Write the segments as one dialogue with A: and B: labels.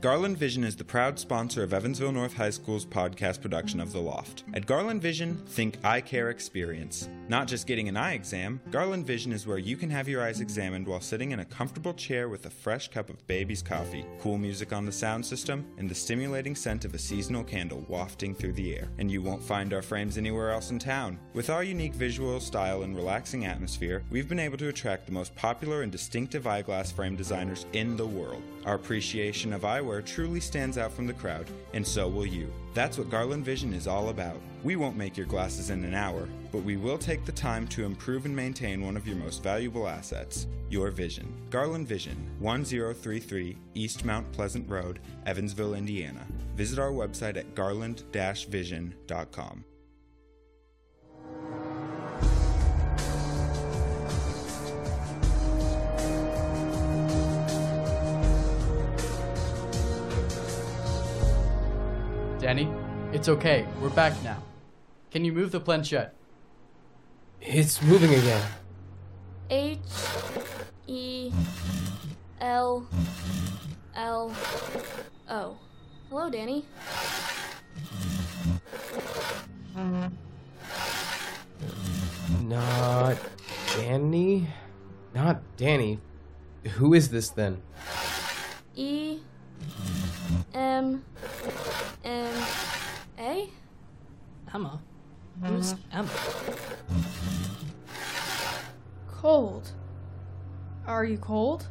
A: Garland Vision is the proud sponsor of Evansville North High School's podcast production of The Loft. At Garland Vision, think eye care experience. Not just getting an eye exam, Garland Vision is where you can have your eyes examined while sitting in a comfortable chair with a fresh cup of baby's coffee, cool music on the sound system, and the stimulating scent of a seasonal candle wafting through the air. And you won't find our frames anywhere else in town. With our unique visual style and relaxing atmosphere, we've been able to attract the most popular and distinctive eyeglass frame designers in the world. Our appreciation of eyewear truly stands out from the crowd, and so will you. That's what Garland Vision is all about. We won't make your glasses in an hour, but we will take the time to improve and maintain one of your most valuable assets, your vision. Garland Vision, 1033 East Mount Pleasant Road, Evansville, Indiana. Visit our website at garland-vision.com.
B: Danny, it's okay. We're back now. Can you move the planchette?
C: It's moving again.
D: H E L L O. Hello, Danny.
C: Not Danny? Not Danny. Who is this then?
D: E M M A? Mm-hmm.
E: Emma? Who's Emma?
F: Cold. Are you cold?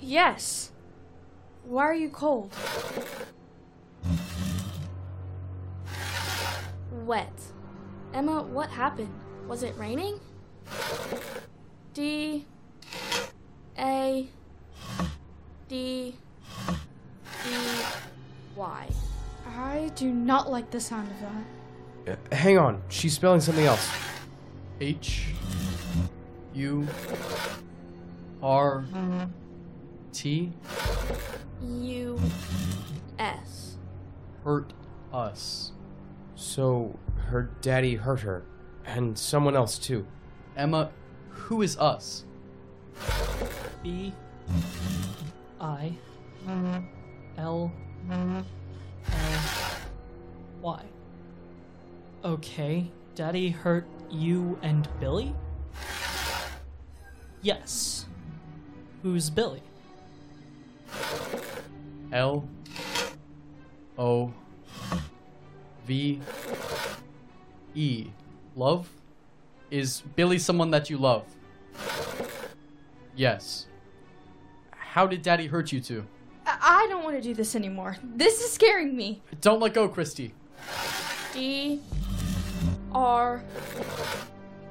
F: Yes. Why are you cold?
D: Wet. Emma, what happened? Was it raining? D A D D Y.
F: I do not like the sound of that.
C: Uh, hang on, she's spelling something else.
B: H U R T
D: U S.
B: hurt us.
C: So, her daddy hurt her, and someone else too.
B: Emma, who is us?
E: B I L L Y. Okay, Daddy hurt you and Billy? Yes. Who's Billy?
B: L O V E. Love? Is Billy someone that you love? Yes. How did Daddy hurt you two?
F: I, I don't want to do this anymore. This is scaring me.
B: Don't let go, Christy.
D: D R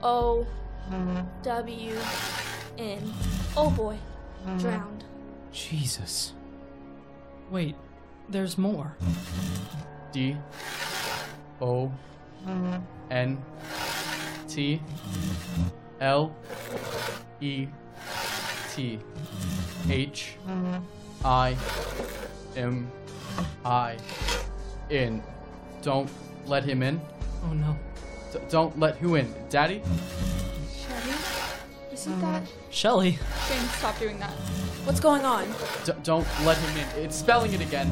D: O W N. Oh boy, drowned.
C: Jesus.
E: Wait, there's more.
B: D O N T L E T H I M I in. Don't let him in.
E: Oh no.
B: D- don't let who in? Daddy?
F: Shelby? Isn't that.
E: Shelly.
F: Shane, stop doing that.
G: What's going on?
B: D- don't let him in. It's spelling it again.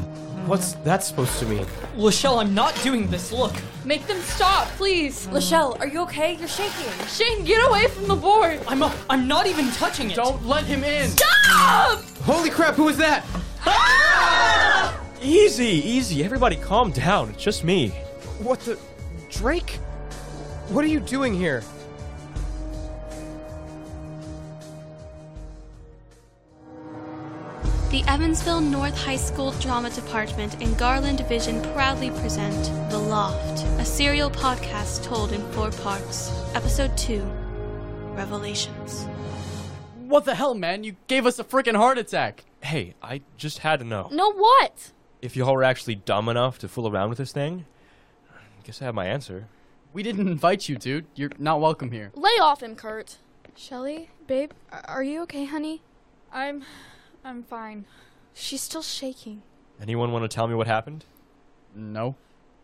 C: What's that supposed to mean?
E: Lachelle, I'm not doing this. Look.
F: Make them stop, please.
G: Lachelle, are you okay? You're shaking.
F: Shane, get away from the board.
E: I'm i I'm not even touching it.
B: Don't let him in.
F: Stop!
C: Holy crap, who is that?
H: Ah! Easy, easy. Everybody calm down. It's just me.
C: What the. Drake? What are you doing here?
I: The Evansville North High School Drama Department and Garland Vision proudly present The Loft, a serial podcast told in four parts. Episode 2 Revelations.
B: What the hell, man? You gave us a freaking heart attack.
H: Hey, I just had to know.
D: No, what?
H: If y'all were actually dumb enough to fool around with this thing, I guess I have my answer.
B: We didn't invite you, dude. You're not welcome here.
D: Lay off him, Kurt.
F: Shelly, babe, a- are you okay, honey?
J: I'm I'm fine.
F: She's still shaking.
H: Anyone want to tell me what happened?
B: No.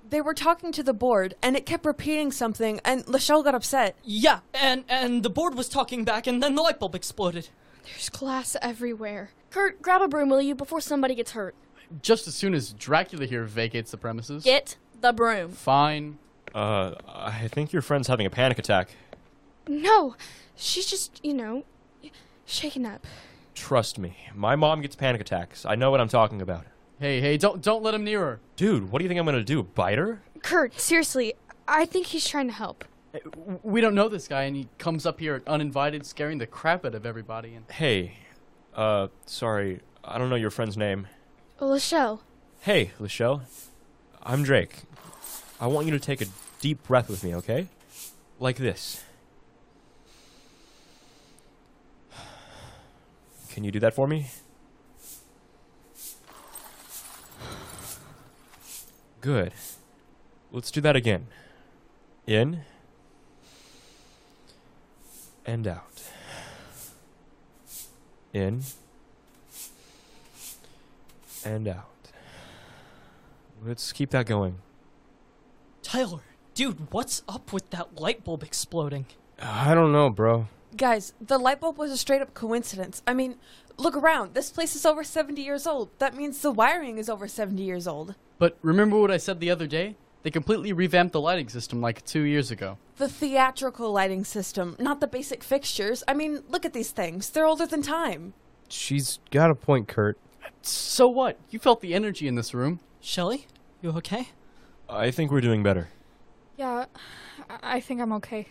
G: They were talking to the board, and it kept repeating something, and Lachelle got upset.
E: Yeah, and and the board was talking back, and then the light bulb exploded.
D: There's glass everywhere. Kurt, grab a broom, will you, before somebody gets hurt?
B: Just as soon as Dracula here vacates the premises.
D: Get the broom.
B: Fine.
H: Uh, I think your friend's having a panic attack.
D: No, she's just, you know, shaken up.
H: Trust me, my mom gets panic attacks. I know what I'm talking about.
B: Hey, hey, don't don't let him near her.
H: Dude, what do you think I'm gonna do? Bite her?
D: Kurt, seriously, I think he's trying to help.
G: Uh,
B: Hey, w- We don't know this guy, and he comes up here uninvited, scaring the crap out of everybody. And
H: Hey, uh, sorry, I don't know your friend's name.
D: Lachelle,
H: Hey, Lachelle. I'm Drake. I want you to take a deep breath with me, okay? Like this. Can you do that for me? Good. Let's do that again. In and out. In and out. Let's keep that going.
E: Tyler, dude, what's up with that light bulb exploding?
C: I don't know, bro.
G: Guys, the light bulb was a straight up coincidence. I mean, look around. This place is over 70 years old. That means the wiring is over 70 years old.
B: but remember what I said the other day? They completely revamped the lighting system like two years ago.
G: The theatrical lighting system, not the basic fixtures. I mean, look at these things. They're older than time.
C: She's got a point, Kurt.
B: So what? You felt the energy in this room.
E: Shelly, you okay?
H: I think we're doing better.
J: Yeah, I, I think I'm okay.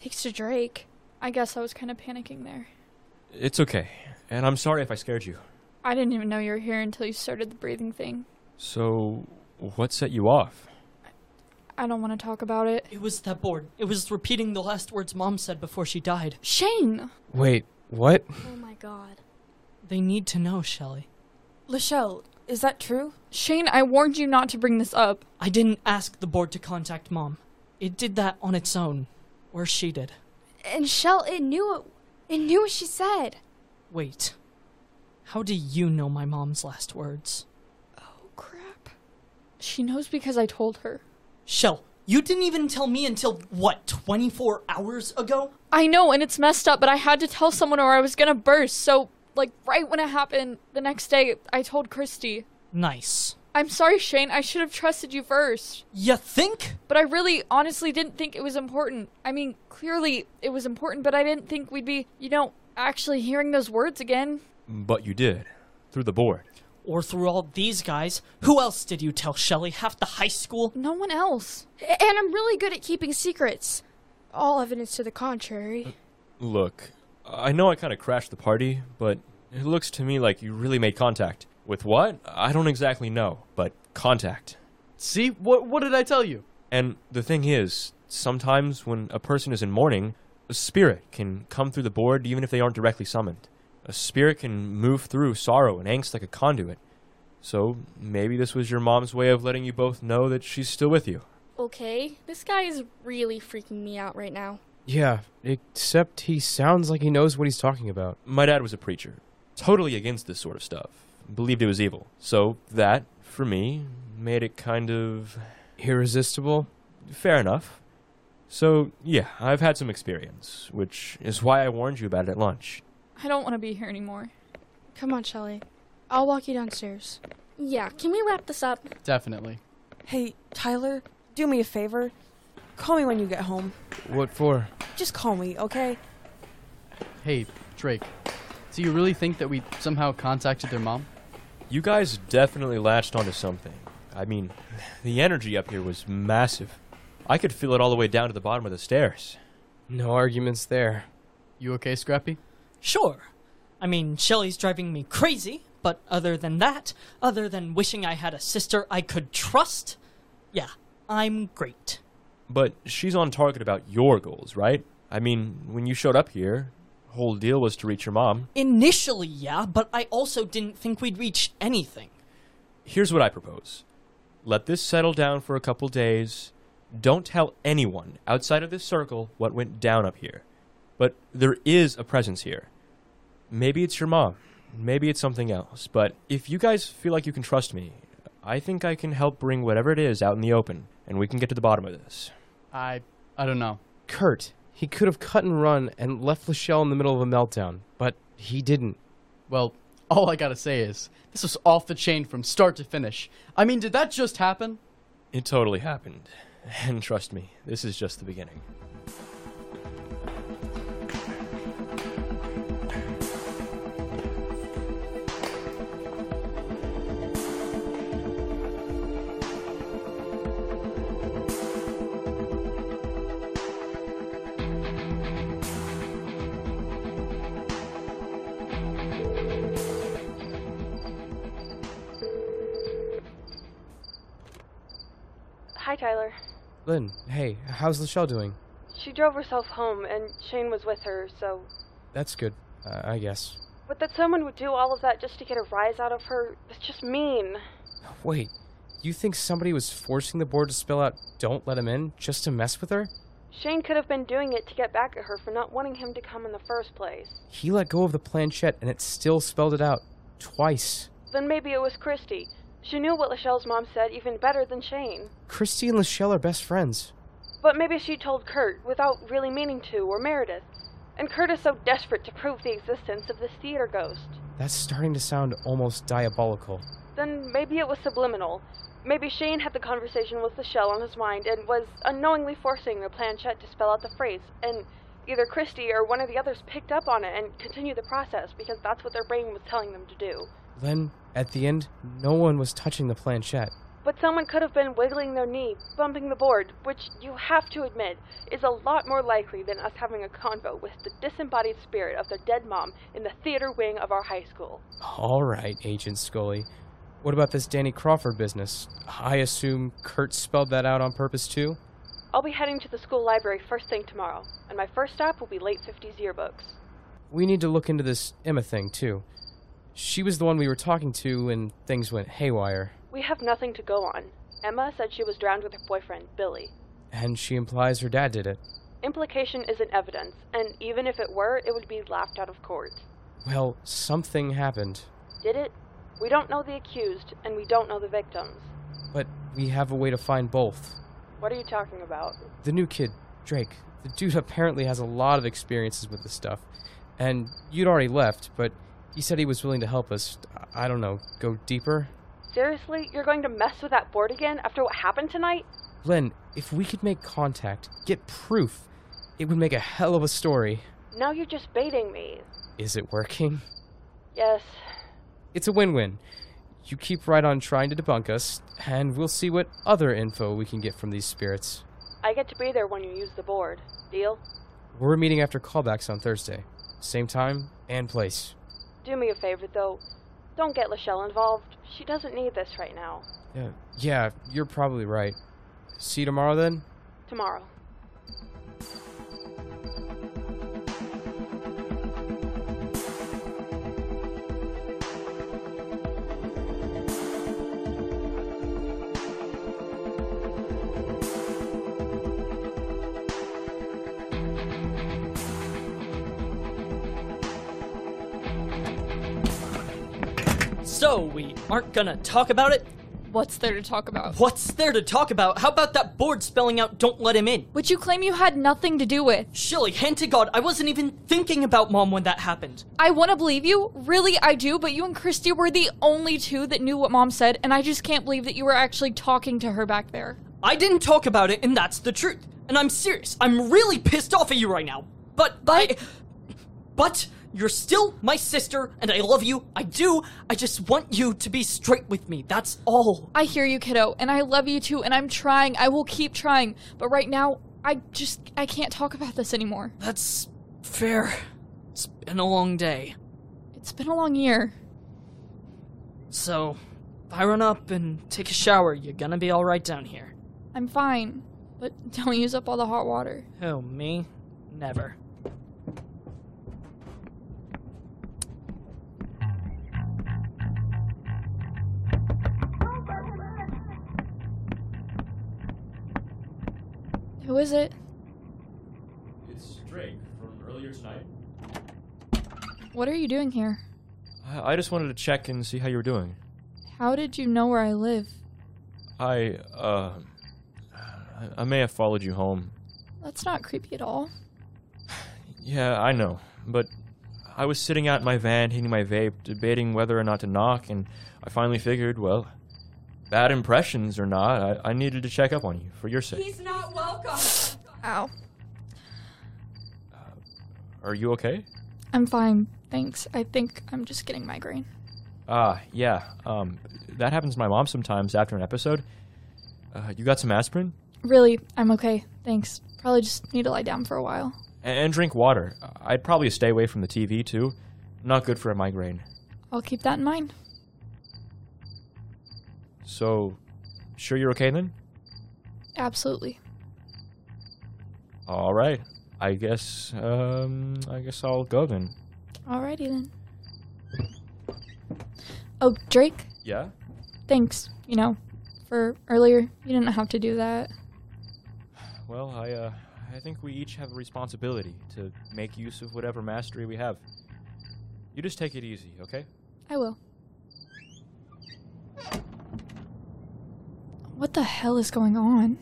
D: thanks to Drake.
J: I guess I was kind of panicking there.
H: It's okay. And I'm sorry if I scared you.
J: I didn't even know you were here until you started the breathing thing.
H: So, what set you off?
J: I don't want to talk about it.
E: It was that board. It was repeating the last words mom said before she died.
J: Shane!
C: Wait, what?
D: Oh my god.
E: They need to know, Shelly.
G: Lachelle, is that true?
J: Shane, I warned you not to bring this up.
E: I didn't ask the board to contact mom. It did that on its own. Or she did.
D: And Shell, it knew it. It knew what she said.
E: Wait. How do you know my mom's last words?
J: Oh, crap. She knows because I told her.
E: Shell, you didn't even tell me until, what, 24 hours ago?
J: I know, and it's messed up, but I had to tell someone or I was gonna burst. So, like, right when it happened, the next day, I told Christy.
E: Nice.
J: I'm sorry, Shane. I should have trusted you first.
E: You think?
J: But I really, honestly didn't think it was important. I mean, clearly it was important, but I didn't think we'd be, you know, actually hearing those words again.
H: But you did. Through the board.
E: Or through all these guys? Who else did you tell, Shelly? Half the high school?
J: No one else.
D: A- And I'm really good at keeping secrets. All evidence to the contrary.
H: Look, I know I kind of crashed the party, but it looks to me like you really made contact. With what? I don't exactly know, but contact.
B: See what? What did I tell you?
H: And the thing is, sometimes when a person is in mourning, a spirit can come through the board even if they aren't directly summoned. A spirit can move through sorrow and angst like a conduit. So maybe this was your mom's way of letting you both know that she's still with you.
D: Okay, this guy is really freaking me out right now.
C: Yeah, except he sounds like he knows what he's talking about.
H: My dad was a preacher, totally against this sort of stuff, believed it was evil. So that, for me, made it kind of
C: Irresistible?
H: fair enough. So, yeah, I've had some experience, which is why I warned you about it at lunch.
J: I don't want to be here anymore.
D: Come on, Shelly. I'll walk you downstairs. Yeah, can we wrap this up?
B: Definitely.
G: Hey, Tyler, do me a favor. Call me when you get home.
C: What for?
G: Just call me, okay?
B: Hey, Drake. Do you really think that we somehow contacted their mom?
H: You guys definitely latched onto something. I mean, the energy up here was massive. I could feel it all the way down to the bottom of the stairs.
C: No arguments there.
B: You okay, Scrappy?
E: Sure. I mean, Shelly's driving me crazy, but other than that, other than wishing I had a sister I could trust, yeah, I'm great.
H: But she's on target about your goals, right? I mean, when you showed up here, whole deal was to reach your mom.
E: Initially, yeah, but I also didn't think we'd reach anything.
H: Here's what I propose. Let this settle down for a couple days. Don't tell anyone outside of this circle what went down up here. But there is a presence here. Maybe it's your mom. Maybe it's something else. But if you guys feel like you can trust me, I think I can help bring whatever it is out in the open, and we can get to the bottom of this.
B: I I don't know.
C: Kurt, he could have cut and run and left Lachelle in the middle of a meltdown, but He didn't.
B: Well, all I gotta say is, this was off the chain from start to finish. I mean, did that just happen?
H: It totally happened. And trust me, this is just the beginning.
G: Hi, Tyler.
C: Lynn, hey, how's Lachelle doing?
G: She drove herself home, and Shane was with her, so.
C: That's good, uh, I guess.
G: But that someone would do all of that just to get a rise out of her is just mean.
C: Wait, you think somebody was forcing the board to spell out don't let him in just to mess with her?
G: Shane could have been doing it to get back at her for not wanting him to come in the first place.
C: He let go of the planchette and it still spelled it out. Twice.
G: Then maybe it was Christy. She knew what Lachelle's mom said even better than Shane.
C: Christy and Lachelle are best friends.
G: But maybe she told Kurt without really meaning to, or Meredith. And Kurt is so desperate to prove the existence of this theater ghost.
C: That's starting to sound almost diabolical.
G: Then maybe it was subliminal. Maybe Shane had the conversation with Lachelle on his mind and was unknowingly forcing the planchette to spell out the phrase, and either Christy or one of the others picked up on it and continued the process because that's what their brain was telling them to do.
C: Len, at the end, no one was touching the planchette.
G: But someone could have been wiggling their knee, bumping the board, which you have to admit is a lot more likely than us having a convo with the disembodied spirit of their dead mom in the theater wing of our high school.
C: All right, Agent Scully. What about this Danny Crawford business? I assume Kurt spelled that out on purpose too?
G: I'll be heading to the school library first thing tomorrow, and my first stop will be late 50s yearbooks.
C: We need to look into this Emma thing too. She was the one we were talking to, and things went haywire.
G: We have nothing to go on. Emma said she was drowned with her boyfriend, Billy.
C: And she implies her dad did it.
G: Implication isn't evidence, and even if it were, it would be laughed out of court.
C: Well, something happened.
G: Did it? We don't know the accused, and we don't know the victims.
C: But we have a way to find both.
G: What are you talking about?
C: The new kid, Drake, the dude apparently has a lot of experiences with this stuff. And you'd already left, but he said he was willing to help us, I don't know, go deeper?
G: Seriously? You're going to mess with that board again after what happened tonight?
C: Len, if we could make contact, get proof, it would make a hell of a story.
G: Now you're just baiting me.
C: Is it working?
G: Yes.
C: It's a win win. You keep right on trying to debunk us, and we'll see what other info we can get from these spirits.
G: I get to be there when you use the board. Deal?
C: We're meeting after callbacks on Thursday. Same time and place.
G: Do me a favor, though. Don't get Lachelle involved. She doesn't need this right now.
C: Yeah, yeah, you're probably right. See you tomorrow then?
G: Tomorrow.
E: So we aren't gonna talk about it?
J: What's there to talk about?
E: What's there to talk about? How about that board spelling out don't let him in?
J: Which you claim you had nothing to do with.
E: Shilly, hand to God, I wasn't even thinking about mom when that happened.
J: I want to believe you, really I do, but you and Christy were the only two that knew what mom said, and I just can't believe that you were actually talking to her back there.
E: I didn't talk about it, and that's the truth. And I'm serious. I'm really pissed off at you right now. But but but you're still my sister, and I love you. I do. I just want you to be straight with me. That's all.
J: I hear you, kiddo, and I love you too, and I'm trying. I will keep trying. But right now, I just I can't talk about this anymore.
E: That's fair. It's been a long day.
J: It's been a long year.
E: So, if I run up and take a shower, you're gonna be alright down here.
J: I'm fine, but don't use up all the hot water.
E: Oh, me? Never.
K: Who is it?
H: It's Drake from earlier tonight.
K: What are you doing here?
H: I, I just wanted to check and see how you were doing.
K: How did you know where I live?
H: I, uh. I, I may have followed you home.
K: That's not creepy at all.
H: Yeah, I know. But I was sitting out in my van, hitting my vape, debating whether or not to knock, and I finally figured, well, bad impressions or not, I, I needed to check up on you for your sake.
L: He's not welcome.
J: Ow.
H: Are you okay?
J: I'm fine. Thanks. I think I'm just getting migraine.
H: Ah, yeah. Um, that happens to my mom sometimes after an episode. Uh, you got some aspirin?
J: Really, I'm okay. Thanks. Probably just need to lie down for a while.
H: A- And drink water. I'd probably stay away from the TV too. Not good for a migraine.
J: I'll keep that in mind.
H: So, sure you're okay then?
J: Absolutely.
H: All right. I guess. Um, I guess I'll go then.
J: Alrighty then. Oh, Drake,
H: Yeah.
J: thanks, you know, for earlier. You didn't have to do that.
H: Well, I uh, I think we each have a responsibility to make use of whatever mastery we have. You just take it easy, okay?
J: I will. What the hell is going on?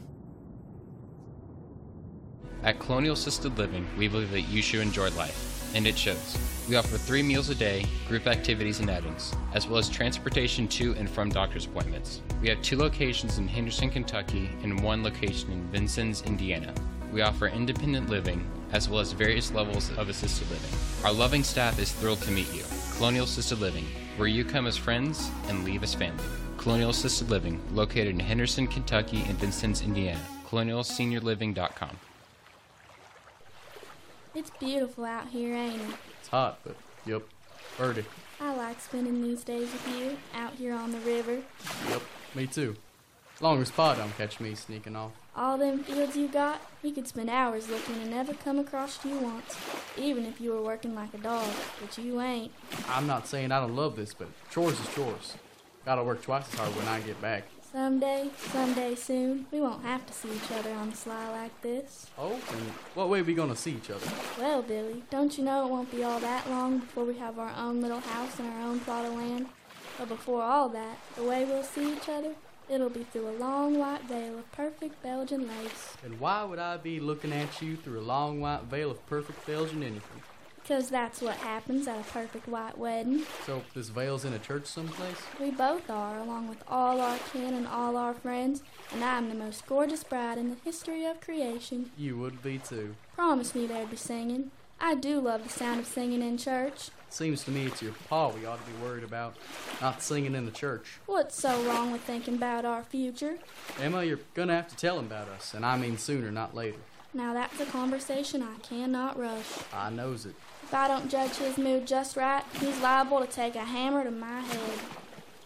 M: At Colonial Assisted Living, we believe that you should enjoy life, and it shows. We offer three meals a day, group activities and outings, as well as transportation to and from doctor's appointments. We have two locations in Henderson, Kentucky, and one location in Vincennes, Indiana. We offer independent living, as well as various levels of assisted living. Our loving staff is thrilled to meet you. Colonial Assisted Living, where you come as friends and leave as family. Colonial Assisted Living, located in Henderson, Kentucky, and Vincennes, Indiana. ColonialSeniorLiving.com.
D: It's beautiful out here, ain't it?
B: It's hot, but yep. Birdie.
D: I like spending these days with you out here on the river.
B: Yep. Me too. As long as Pa don't catch me sneaking off.
D: All them fields you got, you could spend hours looking and never come across you once, even if you were working like a dog, but you ain't.
B: I'm not saying I don't love this, but chores is chores. Gotta work twice as hard when I get back.
D: Someday, someday soon, we won't have to see each other on the sly like this.
B: Oh, and what way we gonna see each other?
D: Well, Billy, don't you know it won't be all that long before we have our own little house and our own plot of land? But before all that, the way we'll see each other, it'll be through a long white veil of perfect Belgian lace.
B: And why would I be looking at you through a long white veil of perfect Belgian anything?
D: 'Cause that's what happens at a perfect white wedding.
B: So this veil's in a church someplace?
D: We both are, along with all our kin and all our friends, and I'm the most gorgeous bride in the history of creation.
B: You would be too.
D: Promise me there'd be singing. I do love the sound of singing in church.
B: Seems to me it's your pa we ought to be worried about, not singing in the church.
D: What's so wrong with thinking about our future?
B: Emma, you're gonna have to tell him about us, and I mean sooner, not later.
D: Now that's a conversation I cannot rush.
B: I knows it.
D: If I don't judge his mood just right, he's liable to take a hammer to my head.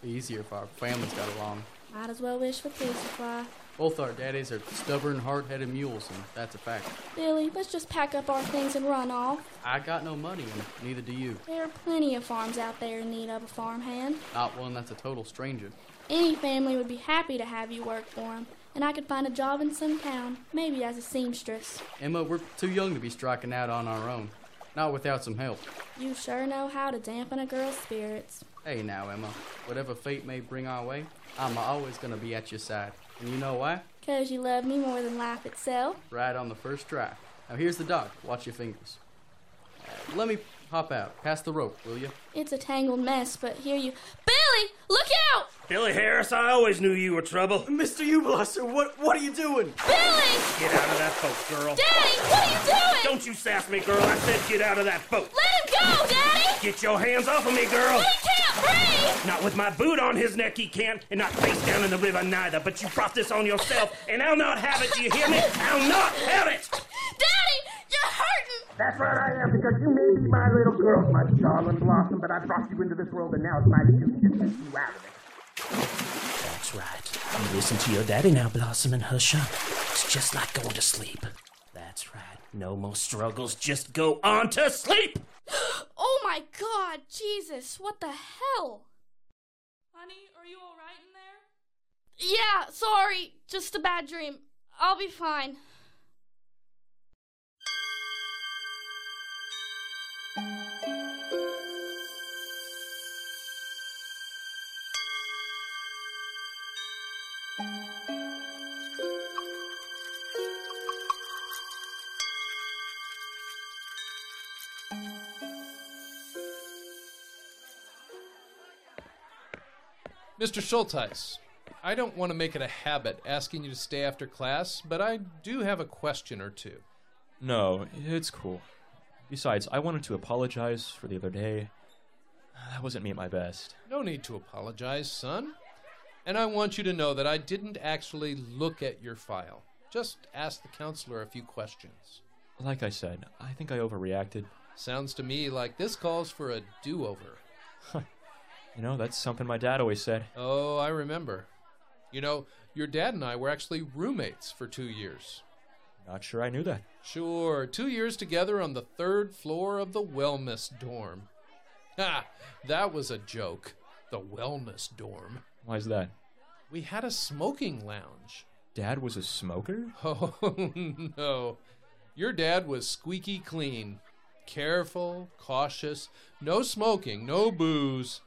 B: Be easier if our families got along.
D: Might as well wish for peace to fly.
B: Both our daddies are stubborn, hard-headed mules, and that's a fact.
D: Billy, let's just pack up our things and run off.
B: I got no money, and neither do you.
D: There are plenty of farms out there in need of a farmhand.
B: Not one that's a total stranger.
D: Any family would be happy to have you work for 'em, and I could find a job in some town, maybe as a seamstress.
B: Emma, we're too young to be striking out on our own. Not without some help.
D: You sure know how to dampen a girl's spirits.
B: Hey now, Emma. Whatever fate may bring our way, I'm always gonna be at your side. And you know why?
D: 'Cause you love me more than life itself.
B: Right on the first try. Now here's the dock. Watch your fingers. Uh, let me hop out. Pass the rope, will you?
D: It's a tangled mess, but here you. Billy! Look out!
N: Billy Harris, I always knew you were trouble. Mr. Ublaster, what what are you doing?
D: Billy!
N: Get out of that boat, girl.
D: Daddy, what are you doing?
N: Don't you sass me, girl. I said get out of that boat.
D: Let him go, Daddy!
N: Get your hands off of me, girl. He can't breathe. Not with my boot on his neck, he can't, and not face down in the river neither. But you brought this on yourself, and I'll not have it. Do you hear me? I'll not have it.
D: Daddy, you're hurting!
N: That's right, I am, because you may be my little girl, my darling blossom, but I brought you into this world, and now it's my duty to take you out of it. That's right. You listen to your daddy now, Blossom, and hush up. It's just like going to sleep. That's right. No more struggles. Just go on to sleep.
D: Oh my god, Jesus, what the hell?
L: Honey, are you all right in there?
D: Yeah, sorry, just a bad dream. I'll be fine.
O: Mr. Schulteis, I don't want to make it a habit asking you to stay after class, but I do have a question or two.
H: No, it's cool. Besides, I wanted to apologize for the other day. That wasn't me at my best.
O: No need to apologize, son. And I want you to know that I didn't actually look at your file. Just ask the counselor a few questions.
H: Like I said, I think I overreacted.
O: Sounds to me like this calls for a do over.
H: You know, that's something my dad always said.
O: Oh, I remember. You know, your dad and I were actually roommates for two years.
H: Not sure I knew that.
O: Sure, two years together on the third floor of the wellness dorm. Ha! That was a joke. The wellness dorm.
H: Why's that?
O: We had a smoking lounge.
H: Dad was a smoker?
O: Oh, no. Your dad was squeaky clean. Careful, cautious, no smoking, no booze.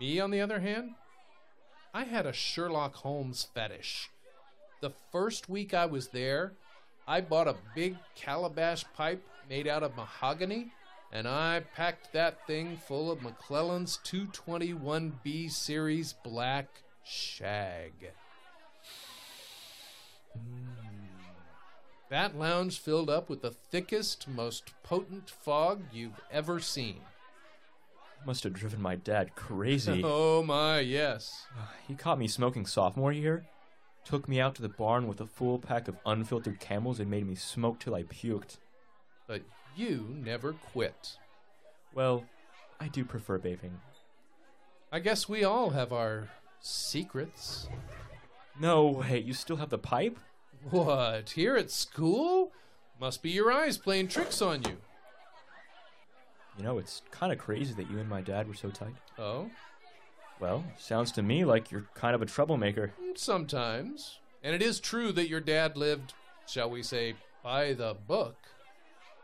O: Me, on the other hand, I had a Sherlock Holmes fetish. The first week I was there, I bought a big calabash pipe made out of mahogany, and I packed that thing full of McClellan's 221B series black shag. Hmm. That lounge filled up with the thickest, most potent fog you've ever seen.
H: Must have driven my dad crazy.
O: Oh my, yes.
H: He caught me smoking sophomore year, took me out to the barn with a full pack of unfiltered camels, and made me smoke till I puked.
O: But you never quit.
H: Well, I do prefer vaping.
O: I guess we all have our secrets.
H: No way, you still have the pipe?
O: What, here at school? Must be your eyes playing tricks on you.
H: You know, it's kind of crazy that you and my dad were so tight.
O: Oh?
H: Well, sounds to me like you're kind of a troublemaker.
O: Sometimes. And it is true that your dad lived, shall we say, by the book.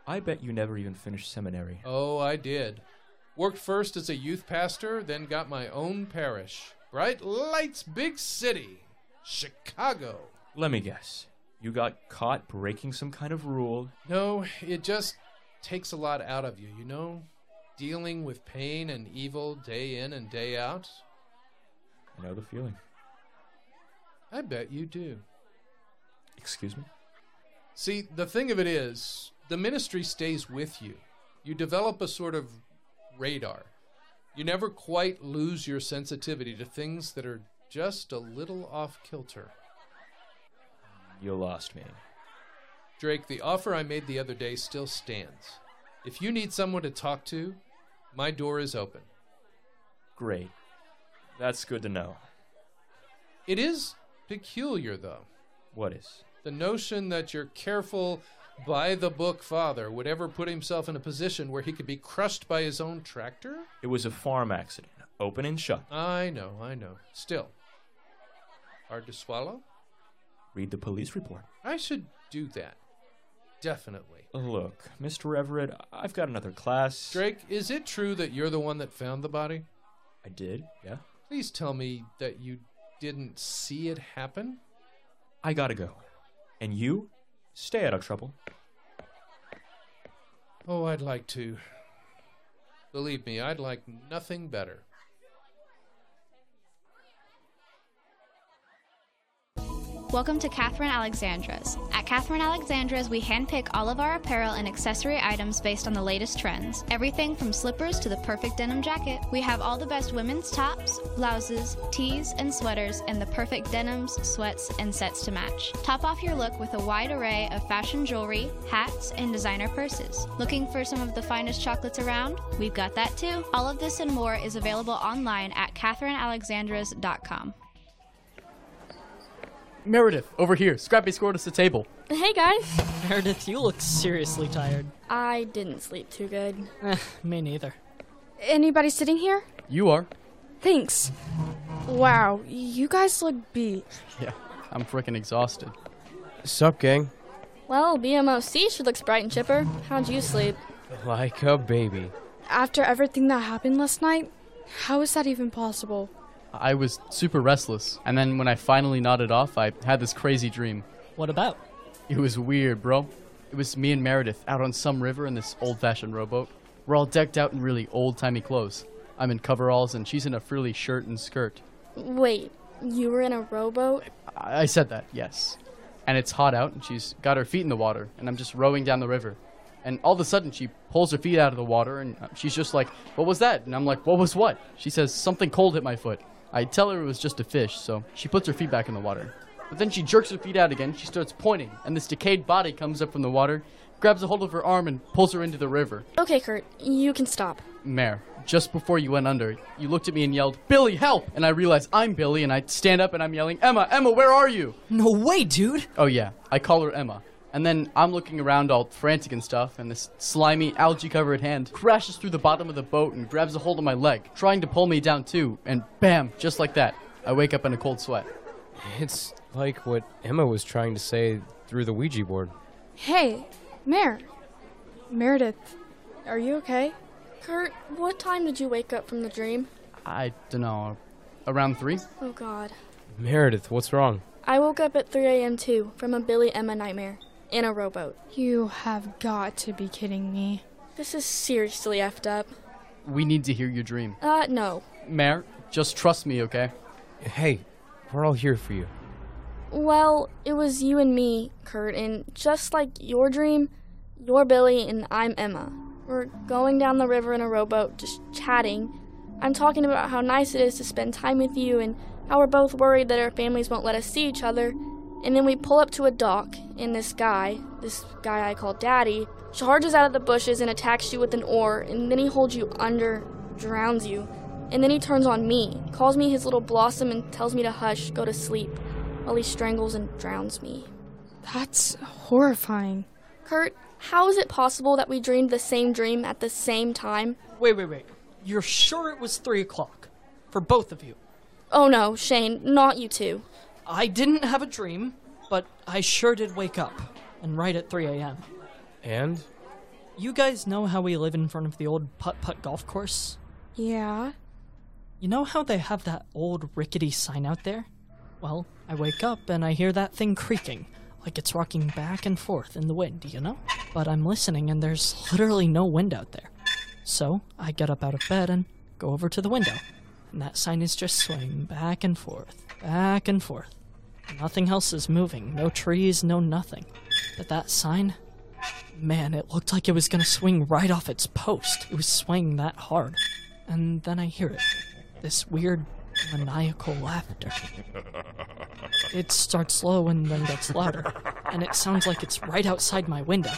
H: I bet you never even finished seminary.
O: Oh, I did. Worked first as a youth pastor, then got my own parish. Bright lights, big city, Chicago.
H: Let me guess. You got caught breaking some kind of rule.
O: No, it just takes a lot out of you, you know? Dealing with pain and evil day in and day out.
H: I know the feeling.
O: I bet you do.
H: Excuse me?
O: See, the thing of it is, the ministry stays with you. You develop a sort of radar. You never quite lose your sensitivity to things that are just a little off kilter.
H: You lost me.
O: Drake, the offer I made the other day still stands. If you need someone to talk to, my door is open.
H: Great. That's good to know.
O: It is peculiar, though,
H: What is?
O: the notion that your careful, by the book father would ever put himself in a position where he could be crushed by his own tractor?
H: It was a farm accident, open and shut.
O: I know, I know. Still, hard to swallow?
H: Read the police report.
O: I should do that. Definitely.
H: Look, Mr. Everett, I've got another class.
O: Drake, is it true that you're the one that found the body?
H: I did, yeah.
O: Please tell me that you didn't see it happen?
H: I gotta go. And you? Stay out of trouble.
O: Oh, I'd like to. Believe me, I'd like nothing better.
P: Welcome to Catherine Alexandra's. At Catherine Alexandra's, we handpick all of our apparel and accessory items based on the latest trends. Everything from slippers to the perfect denim jacket. We have all the best women's tops, blouses, tees, and sweaters, and the perfect denims, sweats, and sets to match. Top off your look with a wide array of fashion jewelry, hats, and designer purses. Looking for some of the finest chocolates around? We've got that too. All of this and more is available online at katherinealexandras.com.
B: Meredith, over here. Scrappy scored us a table.
D: Hey guys.
E: Meredith, you look seriously tired.
D: I didn't sleep too good.
E: Me neither.
D: Anybody sitting here?
B: You are.
D: Thanks. Wow, you guys look beat.
B: Yeah, I'm freaking exhausted.
C: Sup, gang?
D: Well, BMOC sure looks bright and chipper. How'd you sleep?
C: Like a baby.
D: After everything that happened last night, how is that even possible?
B: I was super restless, and then when I finally nodded off, I had this crazy dream.
E: What about?
B: It was weird, bro. It was me and Meredith out on some river in this old fashioned rowboat. We're all decked out in really old timey clothes. I'm in coveralls, and she's in a frilly shirt and skirt.
D: Wait, you were in a rowboat?
B: I I said that, yes. And it's hot out, and she's got her feet in the water, and I'm just rowing down the river. And all of a sudden, she pulls her feet out of the water, and uh, she's just like, What was that? And I'm like, What was what? She says, Something cold hit my foot. I tell her it was just a fish, so she puts her feet back in the water. But then she jerks her feet out again, she starts pointing, and this decayed body comes up from the water, grabs a hold of her arm, and pulls her into the river.
D: Okay, Kurt, you can stop.
B: Mare, just before you went under, you looked at me and yelled, Billy, help! And I realized I'm Billy, and I stand up and I'm yelling, Emma, Emma, where are you?
E: No way, dude!
B: Oh, yeah, I call her Emma. And then I'm looking around all frantic and stuff, and this slimy, algae covered hand crashes through the bottom of the boat and grabs a hold of my leg, trying to pull me down too, and bam, just like that, I wake up in a cold sweat.
C: It's like what Emma was trying to say through the Ouija board.
D: Hey, Mare. Meredith, are you okay? Kurt, what time did you wake up from the dream?
B: I don't know, around three?
D: Oh, God.
C: Meredith, what's wrong?
D: I woke up at 3 a.m. too from a Billy Emma nightmare in a rowboat. You have got to be kidding me. This is seriously effed up.
B: We need to hear your dream.
D: Uh, no.
B: Mare, just trust me, okay?
C: Hey, we're all here for you.
D: Well, it was you and me, Kurt, and just like your dream, you're Billy and I'm Emma. We're going down the river in a rowboat, just chatting. I'm talking about how nice it is to spend time with you and how we're both worried that our families won't let us see each other. And then we pull up to a dock, and this guy, this guy I call Daddy, charges out of the bushes and attacks you with an oar, and then he holds you under, drowns you. And then he turns on me, calls me his little blossom, and tells me to hush, go to sleep, while he strangles and drowns me.
Q: That's horrifying.
D: Kurt, how is it possible that we dreamed the same dream at the same time?
E: Wait, wait, wait. You're sure it was 3 o'clock? For both of you.
D: Oh no, Shane, not you two.
E: I didn't have a dream, but I sure did wake up, and right at 3 a.m.
C: And?
E: You guys know how we live in front of the old putt putt golf course?
D: Yeah.
E: You know how they have that old rickety sign out there? Well, I wake up and I hear that thing creaking, like it's rocking back and forth in the wind, you know? But I'm listening and there's literally no wind out there. So I get up out of bed and go over to the window, and that sign is just swaying back and forth, back and forth. Nothing else is moving, no trees, no nothing. But that sign, man, it looked like it was gonna swing right off its post. It was swaying that hard. And then I hear it this weird maniacal laughter. It starts low and then gets louder, and it sounds like it's right outside my window.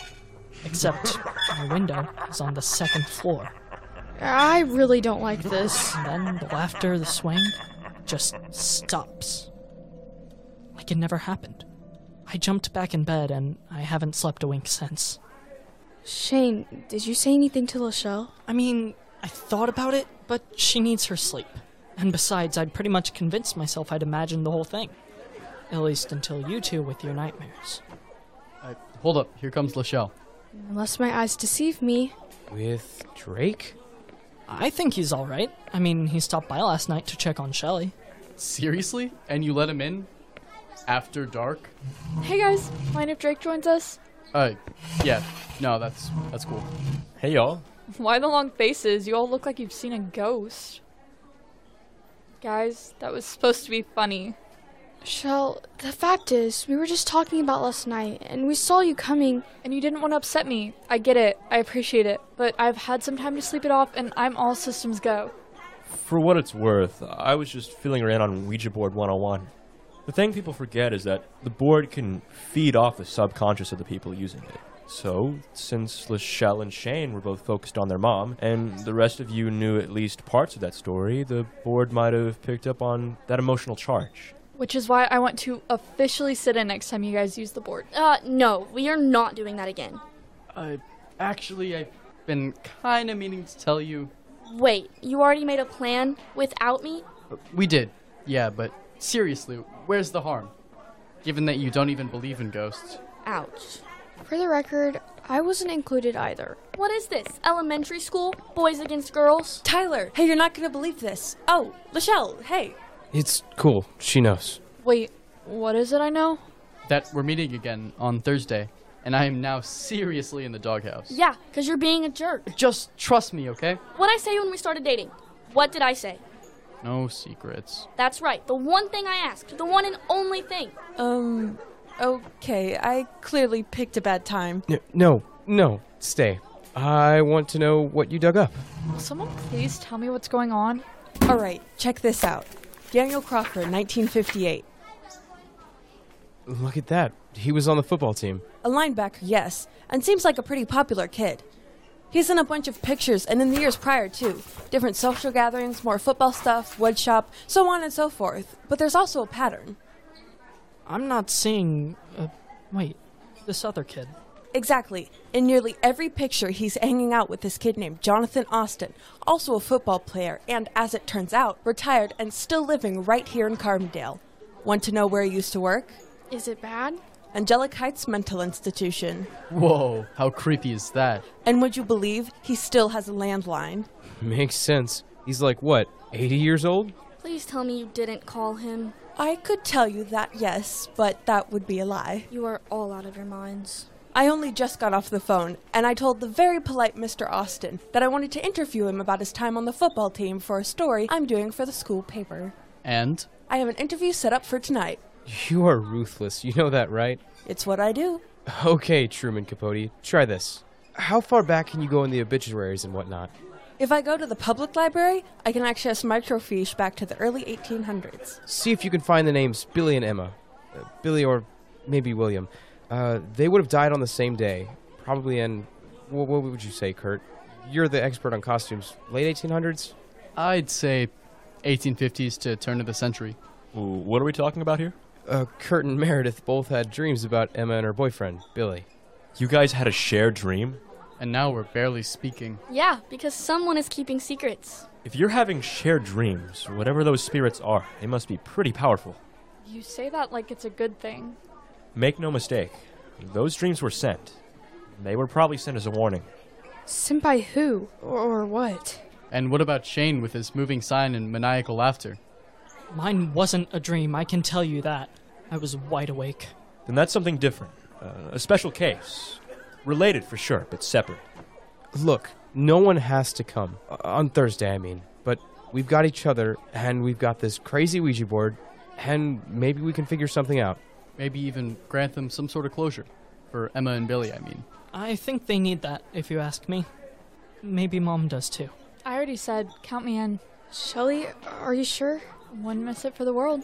E: Except my window is on the second floor.
Q: I really don't like this.
E: And then the laughter, the swing, just stops. Like it never happened. I jumped back in bed and I haven't slept a wink since.
Q: Shane, did you say anything to Lachelle?
E: I mean, I thought about it, but she needs her sleep. And besides, I'd pretty much convinced myself I'd imagined the whole thing. At least until you two with your nightmares.
B: Uh, hold up, here comes Lachelle.
Q: Unless my eyes deceive me.
C: With Drake?
E: I think he's alright. I mean, he stopped by last night to check on Shelly.
B: Seriously? And you let him in? After dark?
J: Hey guys, mind if Drake joins us?
B: Uh, yeah. No, that's that's cool.
H: Hey, y'all.
J: Why the long faces? You all look like you've seen a ghost. Guys, that was supposed to be funny.
Q: Shell, the fact is, we were just talking about last night, and we saw you coming.
J: And you didn't want to upset me. I get it. I appreciate it. But I've had some time to sleep it off, and I'm all systems go.
H: For what it's worth, I was just filling her in on Ouija Board 101. The thing people forget is that the board can feed off the subconscious of the people using it. So, since Lachelle and Shane were both focused on their mom, and the rest of you knew at least parts of that story, the board might have picked up on that emotional charge.
J: Which is why I want to officially sit in next time you guys use the board.
D: Uh, no, we are not doing that again.
B: Uh, actually, I've been kinda meaning to tell you.
D: Wait, you already made a plan without me?
B: We did. Yeah, but seriously, where's the harm? Given that you don't even believe in ghosts.
D: Ouch.
Q: For the record, I wasn't included either.
D: What is this? Elementary school? Boys against girls?
G: Tyler, hey, you're not gonna believe this. Oh, Lachelle, hey.
C: It's cool. She knows.
J: Wait, what is it I know?
B: That we're meeting again on Thursday, and I am now seriously in the doghouse.
D: Yeah, because you're being a jerk.
B: Just trust me, okay?
D: What I say when we started dating? What did I say?
B: No secrets.
D: That's right, the one thing I asked, the one and only thing.
G: Um, okay, I clearly picked a bad time.
C: N- No, no, stay. I want to know what you dug up.
J: Will someone please tell me what's going on?
G: All right, check this out. Daniel Crawford, 1958.
C: Look at that. He was on the football team.
G: A linebacker, yes, and seems like a pretty popular kid. He's in a bunch of pictures and in the years prior, too. Different social gatherings, more football stuff, wood shop, so on and so forth. But there's also a pattern.
R: I'm not seeing. Uh, wait, this other kid.
G: Exactly. In nearly every picture, he's hanging out with this kid named Jonathan Austin, also a football player, and as it turns out, retired and still living right here in Carbondale. Want to know where he used to work?
Q: Is it bad?
G: Angelic Heights Mental Institution.
B: Whoa, how creepy is that?
G: And would you believe he still has a landline?
C: Makes sense. He's like, what, 80 years old?
D: Please tell me you didn't call him.
G: I could tell you that, yes, but that would be a lie.
D: You are all out of your minds.
G: I only just got off the phone, and I told the very polite Mr. Austin that I wanted to interview him about his time on the football team for a story I'm doing for the school paper.
B: And?
G: I have an interview set up for tonight.
C: You are ruthless. You know that, right?
G: It's what I do.
C: Okay, Truman Capote, try this. How far back can you go in the obituaries and whatnot?
G: If I go to the public library, I can access microfiche back to the early 1800s.
C: See if you can find the names Billy and Emma. Uh, Billy or maybe William. Uh, they would have died on the same day, probably in. What, what would you say, Kurt? You're the expert on costumes. Late 1800s?
B: I'd say 1850s to turn of the century.
H: What are we talking about here?
C: Uh, Kurt and Meredith both had dreams about Emma and her boyfriend, Billy.
H: You guys had a shared dream?
B: And now we're barely speaking.
D: Yeah, because someone is keeping secrets.
H: If you're having shared dreams, whatever those spirits are, they must be pretty powerful.
J: You say that like it's a good thing.
H: Make no mistake, those dreams were sent. They were probably sent as a warning.
Q: Sent by who? Or, or what?
B: And what about Shane with his moving sign and maniacal laughter?
R: Mine wasn't a dream, I can tell you that. I was wide awake.
H: Then that's something different. Uh, a special case. Related for sure, but separate.
C: Look, no one has to come. Uh, on Thursday, I mean. But we've got each other, and we've got this crazy Ouija board, and maybe we can figure something out.
B: Maybe even grant them some sort of closure. For Emma and Billy, I mean.
R: I think they need that, if you ask me. Maybe mom does too.
J: I already said, count me in.
Q: Shelly, are you sure?
J: One miss it for the world.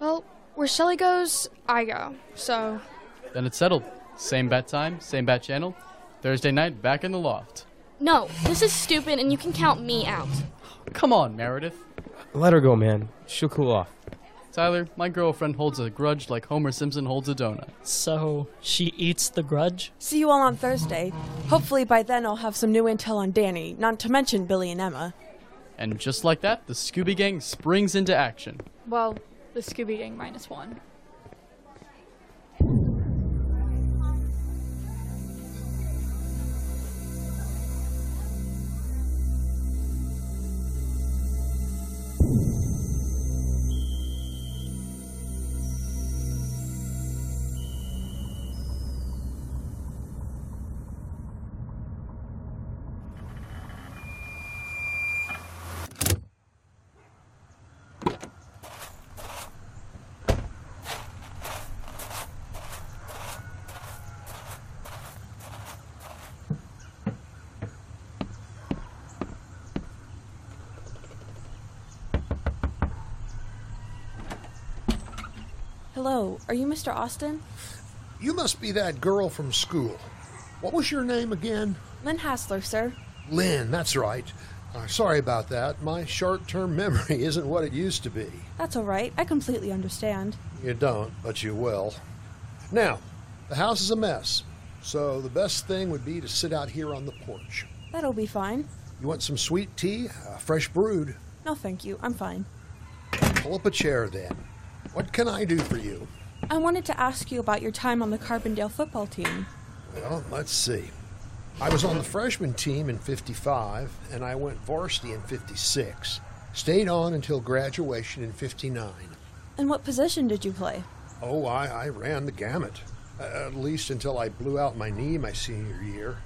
Q: Well, where Shelly goes, I go. So,
B: Then it's settled. Same bat time, same bat channel. Thursday night, back in the loft.
D: No, this is stupid and you can count me out.
B: Come on, Meredith.
C: Let her go, man. She'll cool off.
B: Tyler, my girlfriend holds a grudge like Homer Simpson holds a donut.
R: So, she eats the grudge?
G: See you all on Thursday. Hopefully, by then, I'll have some new intel on Danny, not to mention Billy and Emma.
B: And just like that, the Scooby Gang springs into action.
J: Well, the Scooby Gang minus one.
G: Hello, are you Mr. Austin?
S: You must be that girl from school. What was your name again?
G: Lynn Hassler, sir.
S: Lynn, that's right. Uh, sorry about that. My short term memory isn't what it used to be.
G: That's all right. I completely understand.
S: You don't, but you will. Now, the house is a mess, so the best thing would be to sit out here on the porch.
G: That'll be fine.
S: You want some sweet tea? Uh, fresh brewed.
G: No, thank you. I'm fine.
S: Pull up a chair then. What can I do for you?
G: I wanted to ask you about your time on the Carbondale football team.
S: Well, let's see. I was on the freshman team in 55, and I went varsity in 56. Stayed on until graduation in 59.
G: And what position did you play?
S: Oh, I, I ran the gamut, a- at least until I blew out my knee my senior year.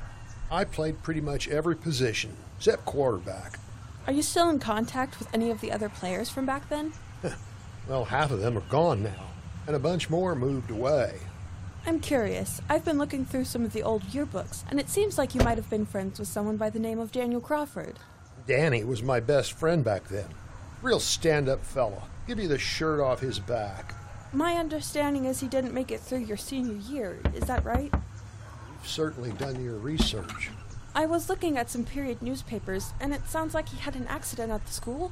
S: I played pretty much every position, except quarterback.
G: Are you still in contact with any of the other players from back then?
S: Well, half of them are gone now, and a bunch more moved away.
G: I'm curious. I've been looking through some of the old yearbooks, and it seems like you might have been friends with someone by the name of Daniel Crawford.
S: Danny was my best friend back then. Real stand up fella. Give you the shirt off his back.
G: My understanding is he didn't make it through your senior year. Is that right?
S: You've certainly done your research.
G: I was looking at some period newspapers, and it sounds like he had an accident at the school.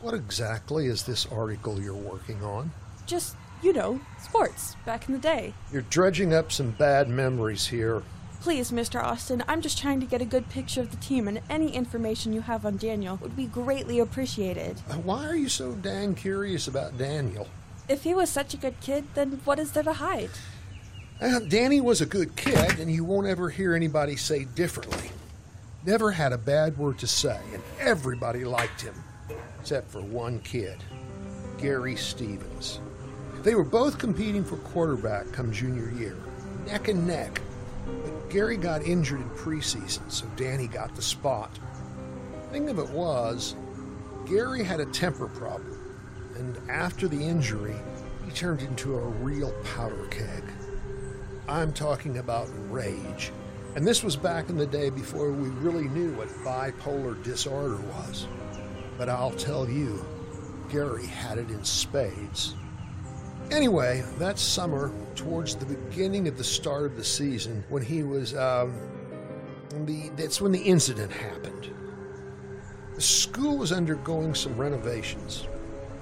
S: What exactly is this article you're working on?
G: Just, you know, sports, back in the day.
S: You're dredging up some bad memories here.
G: Please, Mr. Austin, I'm just trying to get a good picture of the team, and any information you have on Daniel would be greatly appreciated.
S: Uh, Why are you so dang curious about Daniel?
G: If he was such a good kid, then what is there to hide?
S: Uh, Danny was a good kid, and you won't ever hear anybody say differently. Never had a bad word to say, and everybody liked him, except for one kid, Gary Stevens. They were both competing for quarterback come junior year, neck and neck. But Gary got injured in preseason, so Danny got the spot. Thing of it was, Gary had a temper problem, and after the injury, he turned into a real powder keg. I'm talking about rage. And this was back in the day before we really knew what bipolar disorder was. But I'll tell you, Gary had it in spades. Anyway, that summer, towards the beginning of the start of the season, when he was, um, the, that's when the incident happened. The school was undergoing some renovations.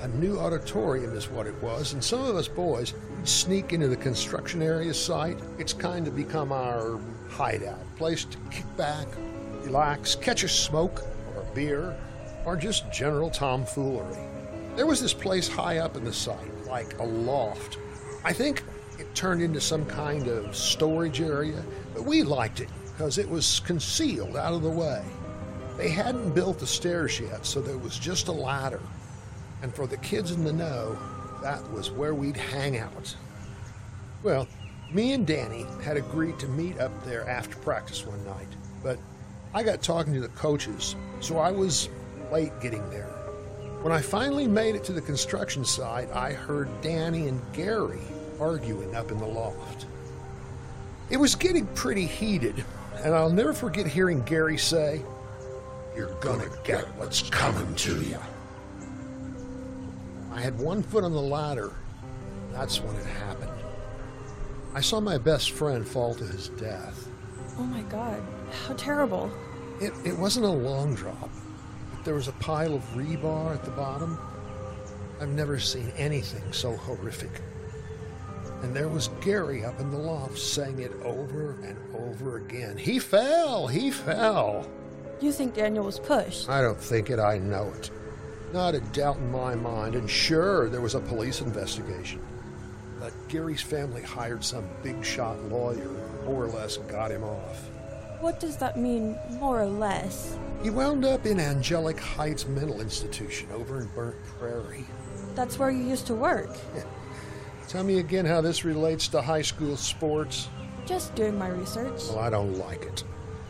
S: A new auditorium is what it was, and some of us boys would sneak into the construction area site. It's kind of become our hideout, place to kick back, relax, catch a smoke or a beer, or just general tomfoolery. There was this place high up in the site, like a loft. I think it turned into some kind of storage area, but we liked it because it was concealed out of the way. They hadn't built the stairs yet, so there was just a ladder. And for the kids in the know, that was where we'd hang out. Well, me and Danny had agreed to meet up there after practice one night, but I got talking to the coaches, so I was late getting there. When I finally made it to the construction site, I heard Danny and Gary arguing up in the loft. It was getting pretty heated, and I'll never forget hearing Gary say, You're gonna get what's coming to you. I had one foot on the ladder. That's when it happened. I saw my best friend fall to his death.
G: Oh my god, how terrible.
S: It, it wasn't a long drop, but there was a pile of rebar at the bottom. I've never seen anything so horrific. And there was Gary up in the loft saying it over and over again. He fell! He fell!
G: You think Daniel was pushed?
S: I don't think it, I know it. Not a doubt in my mind, and sure, there was a police investigation. But Gary's family hired some big shot lawyer, who more or less got him off.
G: What does that mean, more or less?
S: He wound up in Angelic Heights Mental Institution over in Burnt Prairie.
G: That's where you used to work.
S: Tell me again how this relates to high school sports.
G: Just doing my research.
S: Well, I don't like it.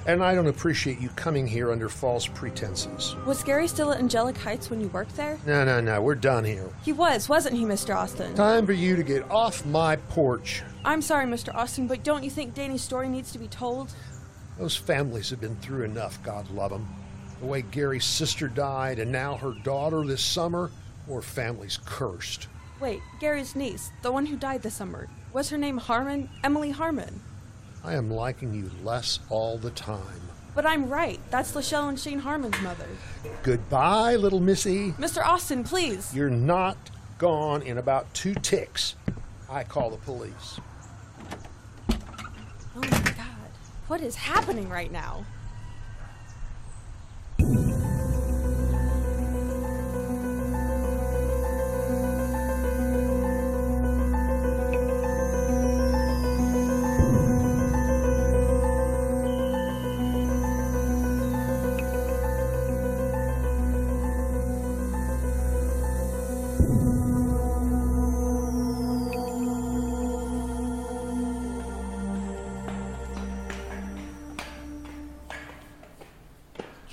S: And I don't appreciate you coming here under false pretenses.
G: Was Gary still at Angelic Heights when you worked there?
S: No, no, no, we're done here.
G: He was, wasn't he, Mr. Austin?
S: Time for you to get off my porch.
G: I'm sorry, Mr. Austin, but don't you think Danny's story needs to be told?
S: Those families have been through enough, God love them. The way Gary's sister died and now her daughter this summer, poor family's cursed.
G: Wait, Gary's niece, the one who died this summer, was her name Harmon? Emily Harmon.
S: I am liking you less all the time.
G: But I'm right. That's Lachelle and Shane Harmon's mother.
S: Goodbye, little missy.
G: Mr. Austin, please.
S: You're not gone in about two ticks. I call the police.
G: Oh my god. What is happening right now?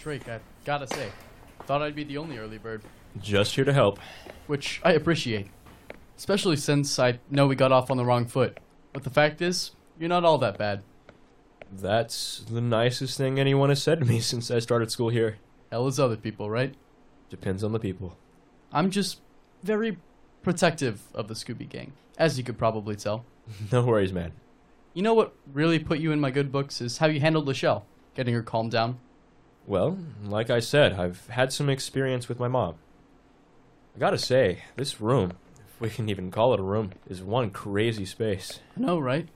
B: Drake, I gotta say, Thought I'd be the only early bird.
H: Just here to help.
B: Which I appreciate. Especially since I know we got off on the wrong foot. But the fact is, you're not all that bad.
H: That's the nicest thing anyone has said to me since I started school here.
B: Hell is other people, right?
H: Depends on the people.
B: I'm just very protective of the Scooby Gang, as you could probably tell.
H: No worries, man.
B: You know what really put you in my good books is how you handled Lachelle, getting her calmed down.
H: Well, like I said, I've had some experience with my mom. I gotta say, this room, if we can even call it a room, is one crazy space.
B: I know, right?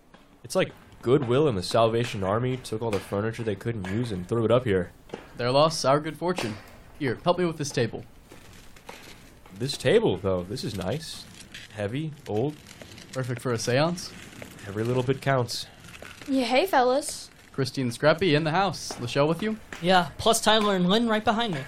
H: It's like Goodwill and the Salvation Army took all the furniture they couldn't use and threw it up here.
B: Their loss, our good fortune. Here, help me with this table.
H: This table, though, this is nice. Heavy, old.
B: Perfect for a seance.
H: Every little bit counts.
Q: Yeah, hey, fellas.
B: Christine Scrappy in the house. Lachelle with you?
E: Yeah, Uh, plus Tyler and Lynn right behind me.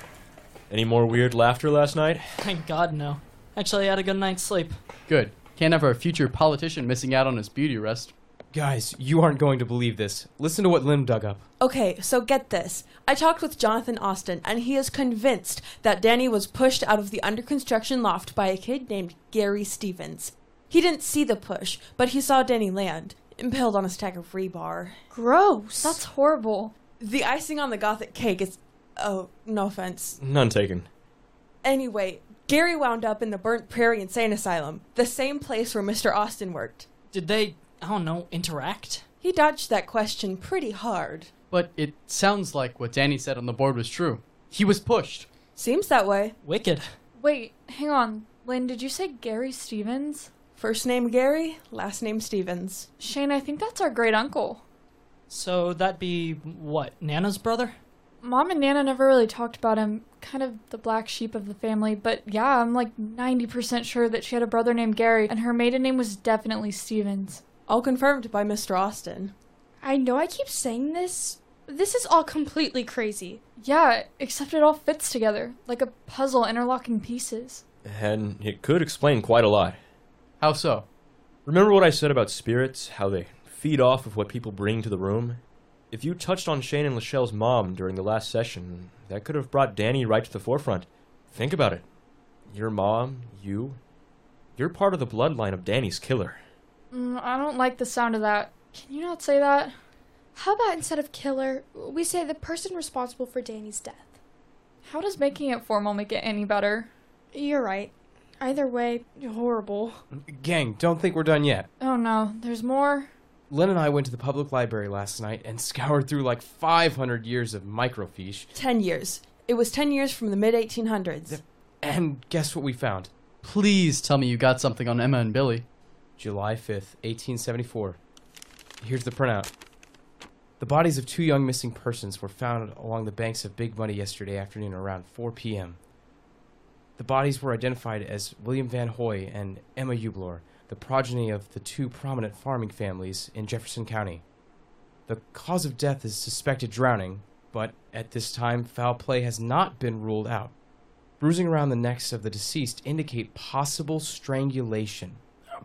H: Any more weird laughter last night?
E: Thank God, no. Actually, I had a good night's sleep.
B: Good. Can't have our future politician missing out on his beauty rest.
C: Guys, you aren't going to believe this. Listen to what Lim dug up.
G: Okay, so get this. I talked with Jonathan Austin, and he is convinced that Danny was pushed out of the under construction loft by a kid named Gary Stevens. He didn't see the push, but he saw Danny land, impaled on a stack of rebar.
Q: Gross.
G: That's horrible. The icing on the gothic cake is. Oh, no offense.
H: None taken.
G: Anyway, Gary wound up in the Burnt Prairie Insane Asylum, the same place where Mr. Austin worked.
E: Did they, I don't know, interact?
G: He dodged that question pretty hard.
B: But it sounds like what Danny said on the board was true. He was pushed.
G: Seems that way.
E: Wicked.
J: Wait, hang on. Lynn, did you say Gary Stevens?
G: First name Gary, last name Stevens.
J: Shane, I think that's our great uncle.
E: So that'd be what, Nana's brother?
J: Mom and Nana never really talked about him, kind of the black sheep of the family, but yeah, I'm like 90% sure that she had a brother named Gary, and her maiden name was definitely Stevens.
G: All confirmed by Mr. Austin.
Q: I know I keep saying this. This is all completely crazy.
J: Yeah, except it all fits together, like a puzzle interlocking pieces.
H: And it could explain quite a lot.
B: How so?
H: Remember what I said about spirits, how they feed off of what people bring to the room? If you touched on Shane and Lachelle's mom during the last session, that could have brought Danny right to the forefront. Think about it. Your mom, you, you're part of the bloodline of Danny's killer.
J: Mm, I don't like the sound of that. Can you not say that?
Q: How about instead of killer, we say the person responsible for Danny's death?
J: How does making it formal make it any better?
Q: You're right. Either way, horrible.
C: Gang, don't think we're done yet.
J: Oh no, there's more.
C: Len and I went to the public library last night and scoured through like 500 years of microfiche.
G: Ten years. It was ten years from the mid 1800s.
C: And guess what we found?
B: Please tell me you got something on Emma and Billy.
C: July 5th, 1874. Here's the printout. The bodies of two young missing persons were found along the banks of Big Muddy yesterday afternoon around 4 p.m. The bodies were identified as William Van Hoy and Emma Ublor, the progeny of the two prominent farming families in Jefferson County. The cause of death is suspected drowning, but at this time foul play has not been ruled out. Bruising around the necks of the deceased indicate possible strangulation.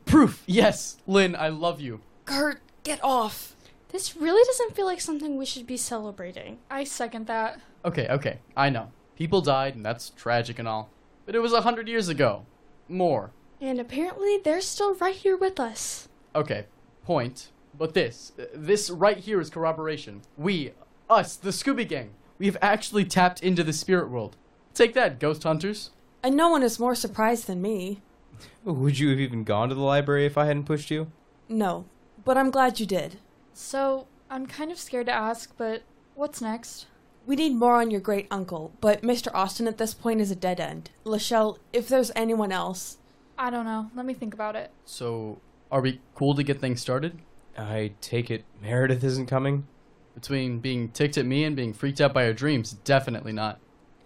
B: Proof. Yes, Lynn, I love you.
G: Kurt, get off.
Q: This really doesn't feel like something we should be celebrating.
J: I second that.
B: Okay, okay. I know. People died and that's tragic and all. But it was a hundred years ago. More.
Q: And apparently they're still right here with us.
B: Okay, point. But this, this right here is corroboration. We, us, the Scooby Gang, we have actually tapped into the spirit world. Take that, ghost hunters.
G: And no one is more surprised than me.
C: Would you have even gone to the library if I hadn't pushed you?
G: No, but I'm glad you did.
J: So, I'm kind of scared to ask, but what's next?
G: We need more on your great uncle, but Mr. Austin at this point is a dead end. Lachelle, if there's anyone else,
J: I don't know. Let me think about it.
B: So, are we cool to get things started?
C: I take it Meredith isn't coming?
B: Between being ticked at me and being freaked out by her dreams, definitely not.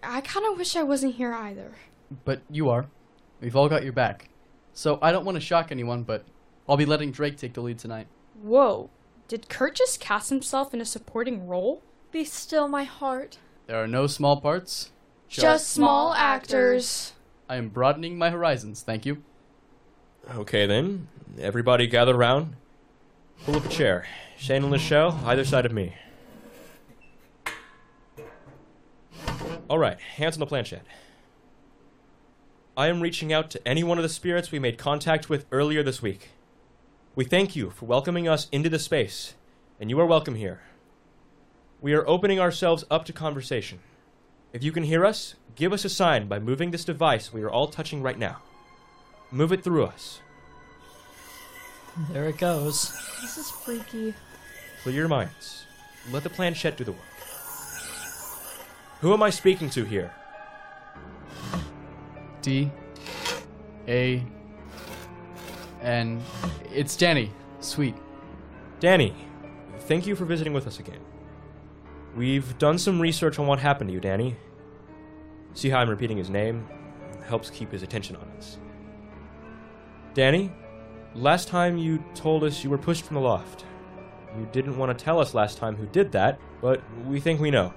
Q: I kind of wish I wasn't here either.
B: But you are. We've all got your back. So, I don't want to shock anyone, but I'll be letting Drake take the lead tonight.
Q: Whoa. Did Kurt just cast himself in a supporting role?
J: Be still, my heart.
B: There are no small parts,
Q: just, just small actors. actors.
B: I am broadening my horizons, thank you.
H: Okay then, everybody gather round. Pull up a chair. Shane and Lachelle, either side of me. All right, hands on the planchette. I am reaching out to any one of the spirits we made contact with earlier this week. We thank you for welcoming us into the space, and you are welcome here. We are opening ourselves up to conversation. If you can hear us, give us a sign by moving this device we are all touching right now. Move it through us.
R: There it goes. This is freaky.
H: Clear your minds. Let the planchette do the work. Who am I speaking to here?
B: D A N. It's Danny. Sweet.
H: Danny, thank you for visiting with us again. We've done some research on what happened to you, Danny. See how I'm repeating his name? Helps keep his attention on us. Danny, last time you told us you were pushed from the loft. You didn't want to tell us last time who did that, but we think we know.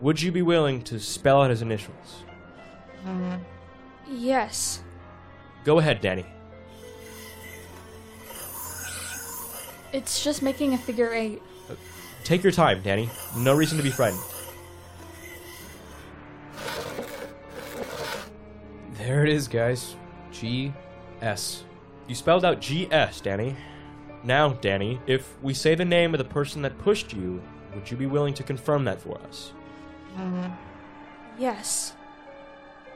H: Would you be willing to spell out his initials?
Q: Yes.
H: Go ahead, Danny.
J: It's just making a figure eight.
H: Take your time, Danny. No reason to be frightened.
C: There it is, guys. G
H: S. You spelled out G S, Danny. Now, Danny, if we say the name of the person that pushed you, would you be willing to confirm that for us?
Q: Yes.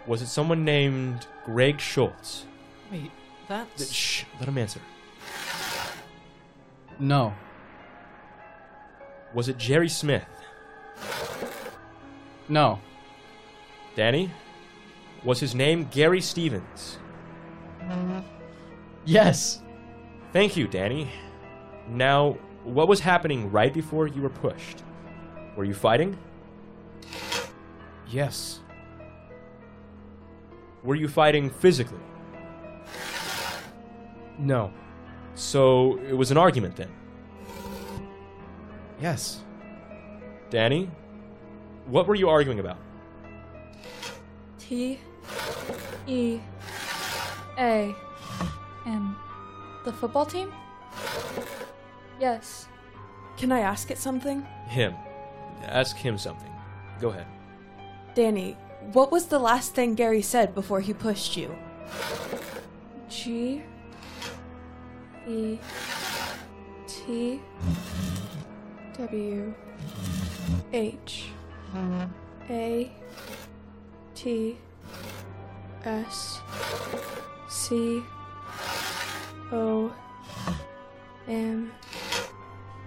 H: Was it someone named Greg Schultz?
R: Wait,
H: Th-
R: that's.
H: Shh, let him answer.
B: No.
H: Was it Jerry Smith?
B: No.
H: Danny? Was his name Gary Stevens?
B: Yes.
H: Thank you, Danny. Now, what was happening right before you were pushed? Were you fighting?
C: Yes.
H: Were you fighting physically?
C: No.
H: So it was an argument then.
C: Yes.
H: Danny, what were you arguing about?
J: T E A N.
F: The football team? Yes.
G: Can I ask it something?
H: Him. Ask him something. Go ahead.
G: Danny, what was the last thing Gary said before he pushed you?
F: G E T W H A T S C O M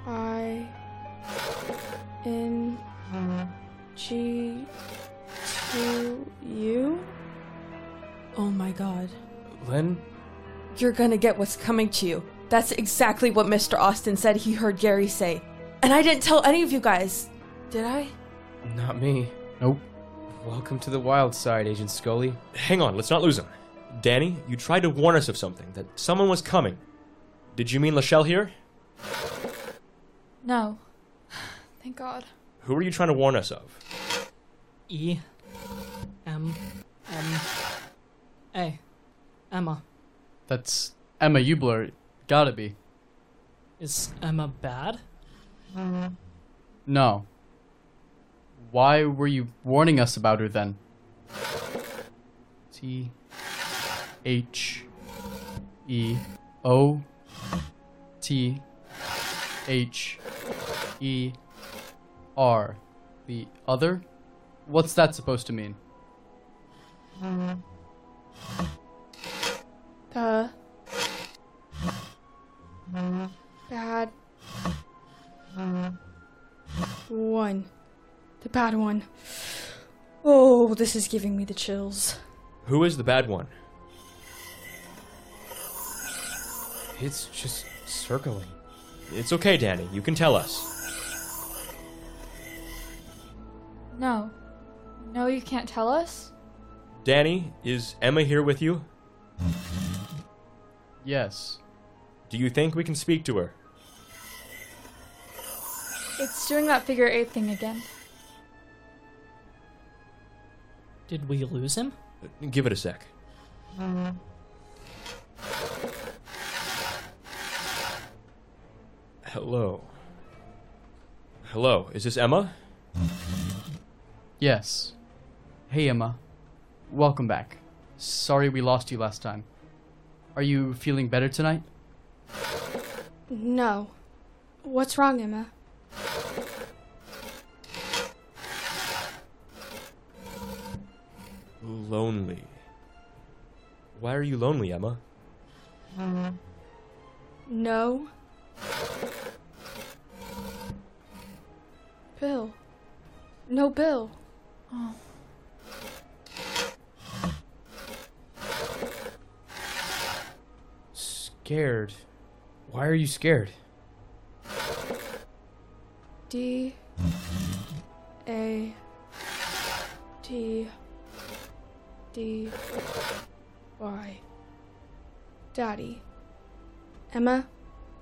F: I N G to you?
G: Oh my god.
C: Len?
G: You're gonna get what's coming to you. That's exactly what Mr. Austin said he heard Gary say. And I didn't tell any of you guys. Did I?
C: Not me.
B: Nope.
C: Welcome to the wild side, Agent Scully.
H: Hang on, let's not lose him. Danny, you tried to warn us of something, that someone was coming. Did you mean Lachelle here?
J: No. Thank God.
H: Who were you trying to warn us of?
E: E M M A Emma.
B: That's Emma Ubler. Gotta be.
E: Is Emma bad? Mm-hmm.
B: No. Why were you warning us about her then? T H E O T H E R. The other? What's that supposed to mean?
Q: The bad
F: One. The bad one. Oh, this is giving me the chills.
H: Who is the bad one?
C: It's just circling.
H: It's okay, Danny. You can tell us.
J: No. No, you can't tell us?
H: Danny, is Emma here with you?
B: Yes.
H: Do you think we can speak to her?
J: It's doing that figure eight thing again.
E: Did we lose him?
H: Give it a sec.
E: Mm-hmm.
H: Hello. Hello, is this Emma?
B: Yes. Hey, Emma. Welcome back. Sorry we lost you last time. Are you feeling better tonight?
Q: No. What's wrong, Emma?
H: Lonely. Why are you lonely, Emma?
F: No.
Q: Bill. No, Bill.
J: Oh.
C: Scared. Why are you scared?
F: D. A. T. D. Y.
Q: Daddy. Emma,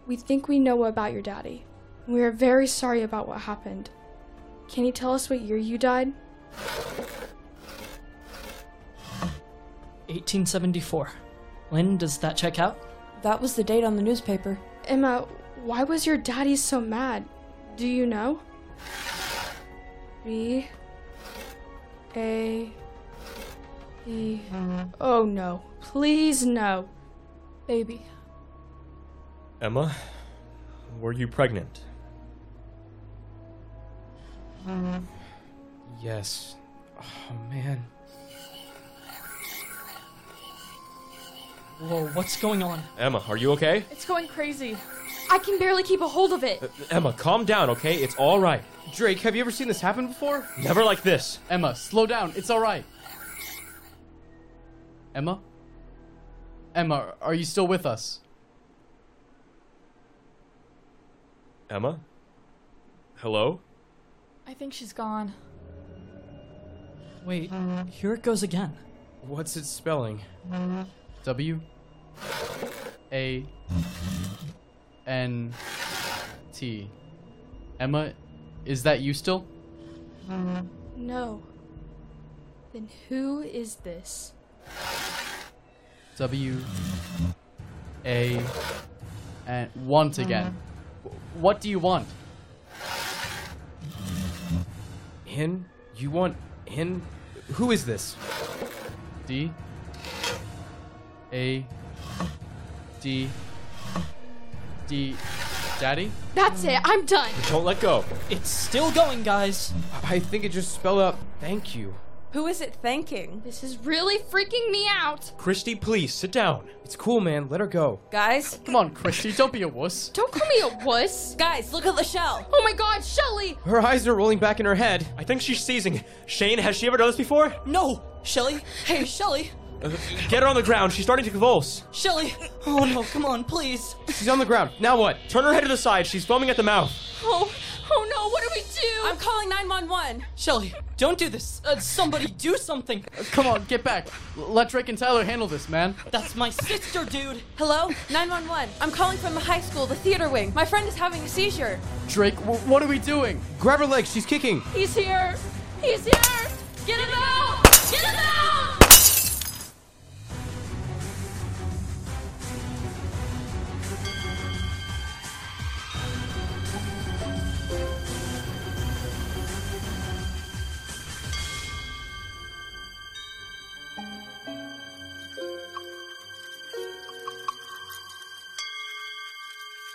Q: we think we know about your daddy. We are very sorry about what happened. Can you tell us what year you died?
E: 1874. Lynn, does that check out?
G: That was the date on the newspaper.
Q: Emma, why was your daddy so mad? Do you know?
F: B. A. E. Oh no.
Q: Please no.
J: Baby.
H: Emma, were you pregnant?
C: Yes. Oh, man.
E: Whoa, what's going on?
H: Emma, are you okay?
J: It's going crazy. I can barely keep a hold of it.
H: Emma, calm down, okay? It's all right.
B: Drake, have you ever seen this happen before?
H: Never like this.
B: Emma, slow down. It's all right. Emma? Emma, are you still with us?
H: Emma? Hello?
J: I think she's gone.
E: Wait, here it goes again.
C: What's its spelling?
B: W A N T. Emma, is that you still?
Q: No. Then who is this?
B: W A and want again. Wh- What do you want?
C: In? You want in? Who is this?
B: D A D D Daddy?
Q: That's it. I'm done.
H: Don't let go.
E: It's still going, guys.
C: I think it just spelled out thank you.
G: Who is it thanking?
Q: This is really freaking me out.
H: Christy, please sit down.
C: It's cool, man. Let her go.
G: Guys?
B: Come on, Christy, don't be a wuss.
Q: Don't call me a wuss.
G: Guys, look at Lachelle.
Q: Oh my god, Shelly!
C: Her eyes are rolling back in her head.
H: I think she's seizing. Shane, has she ever done this before?
E: No! Shelly? Hey, Shelly!
H: Uh, Get her on the ground. She's starting to convulse.
E: Shelly! Oh no, come on, please!
C: She's on the ground. Now what?
H: Turn her head to the side. She's foaming at the mouth.
Q: Oh, oh no, what do we do?
G: I'm calling 911.
E: Shelly, don't do this! Uh, somebody do something!
B: Come on, get back. L- let Drake and Tyler handle this, man.
E: That's my sister, dude!
G: Hello? 911. I'm calling from the high school, the theater wing. My friend is having a seizure.
B: Drake, wh- what are we doing?
C: Grab her legs. She's kicking.
Q: He's here. He's here. Get him out. Get him out.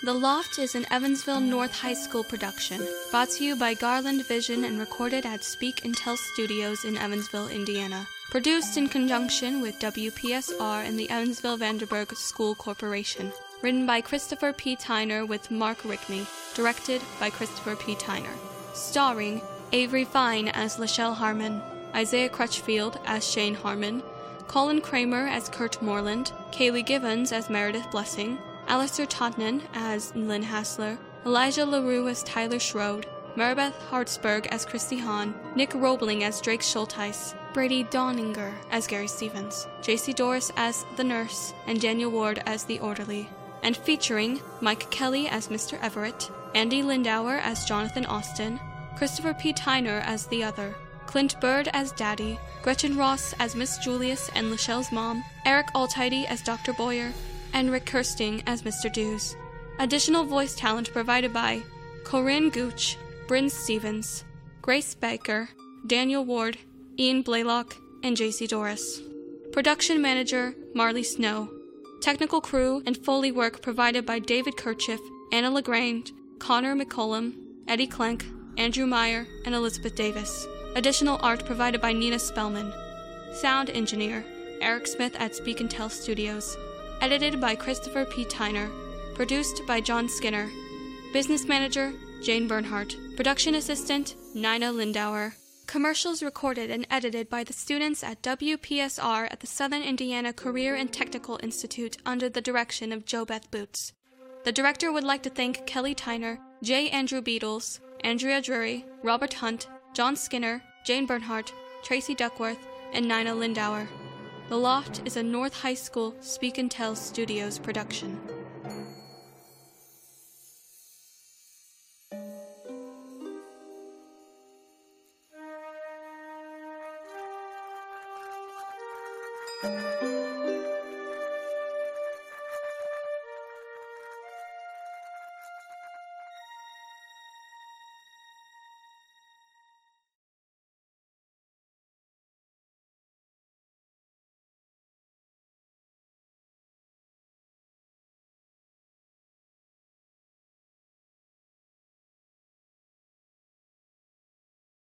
I: The Loft is an Evansville North High School production, brought to you by Garland Vision and recorded at Speak and Tell Studios in Evansville, Indiana. Produced in conjunction with WPSR and the Evansville Vanderburgh School Corporation. Written by Christopher P. Tyner with Mark Rickney. Directed by Christopher P. Tyner. Starring Avery Fine as Lachelle Harmon, Isaiah Crutchfield as Shane Harmon, Colin Kramer as Kurt Moreland, Kaylee Givens as Meredith Blessing, Alistair Totnan as Lynn Hassler, Elijah LaRue as Tyler Schroed, Maribeth Hartsburg as Christy Hahn, Nick Roebling as Drake Schulteis, Brady Donninger as Gary Stevens, JC Doris as the nurse, and Daniel Ward as the orderly. And featuring Mike Kelly as Mr. Everett, Andy Lindauer as Jonathan Austin, Christopher P. Tyner as the other, Clint Bird as Daddy, Gretchen Ross as Miss Julius and Lachelle's mom, Eric Altidy as Dr. Boyer, and Rick Kirsting as Mr. Dews. Additional voice talent provided by Corinne Gooch, Bryn Stevens, Grace Baker, Daniel Ward, Ian Blaylock, and JC Doris. Production manager, Marley Snow. Technical crew and Foley work provided by David Kerchief, Anna LaGrange, Connor McCollum, Eddie Clenk, Andrew Meyer, and Elizabeth Davis. Additional art provided by Nina Spellman. Sound engineer, Eric Smith at Speak and Tell Studios. Edited by Christopher P. Tyner. Produced by John Skinner. Business manager, Jane Bernhardt. Production assistant, Nina Lindauer. Commercials recorded and edited by the students at WPSR at the Southern Indiana Career and Technical Institute under the direction of Jobeth Boots. The director would like to thank Kelly Tyner, J. Andrew Beatles, Andrea Drury, Robert Hunt, John Skinner, Jane Bernhardt, Tracy Duckworth, and Nina Lindauer. The Loft is a North High School Speak and Tell Studios production.
T: Thank you.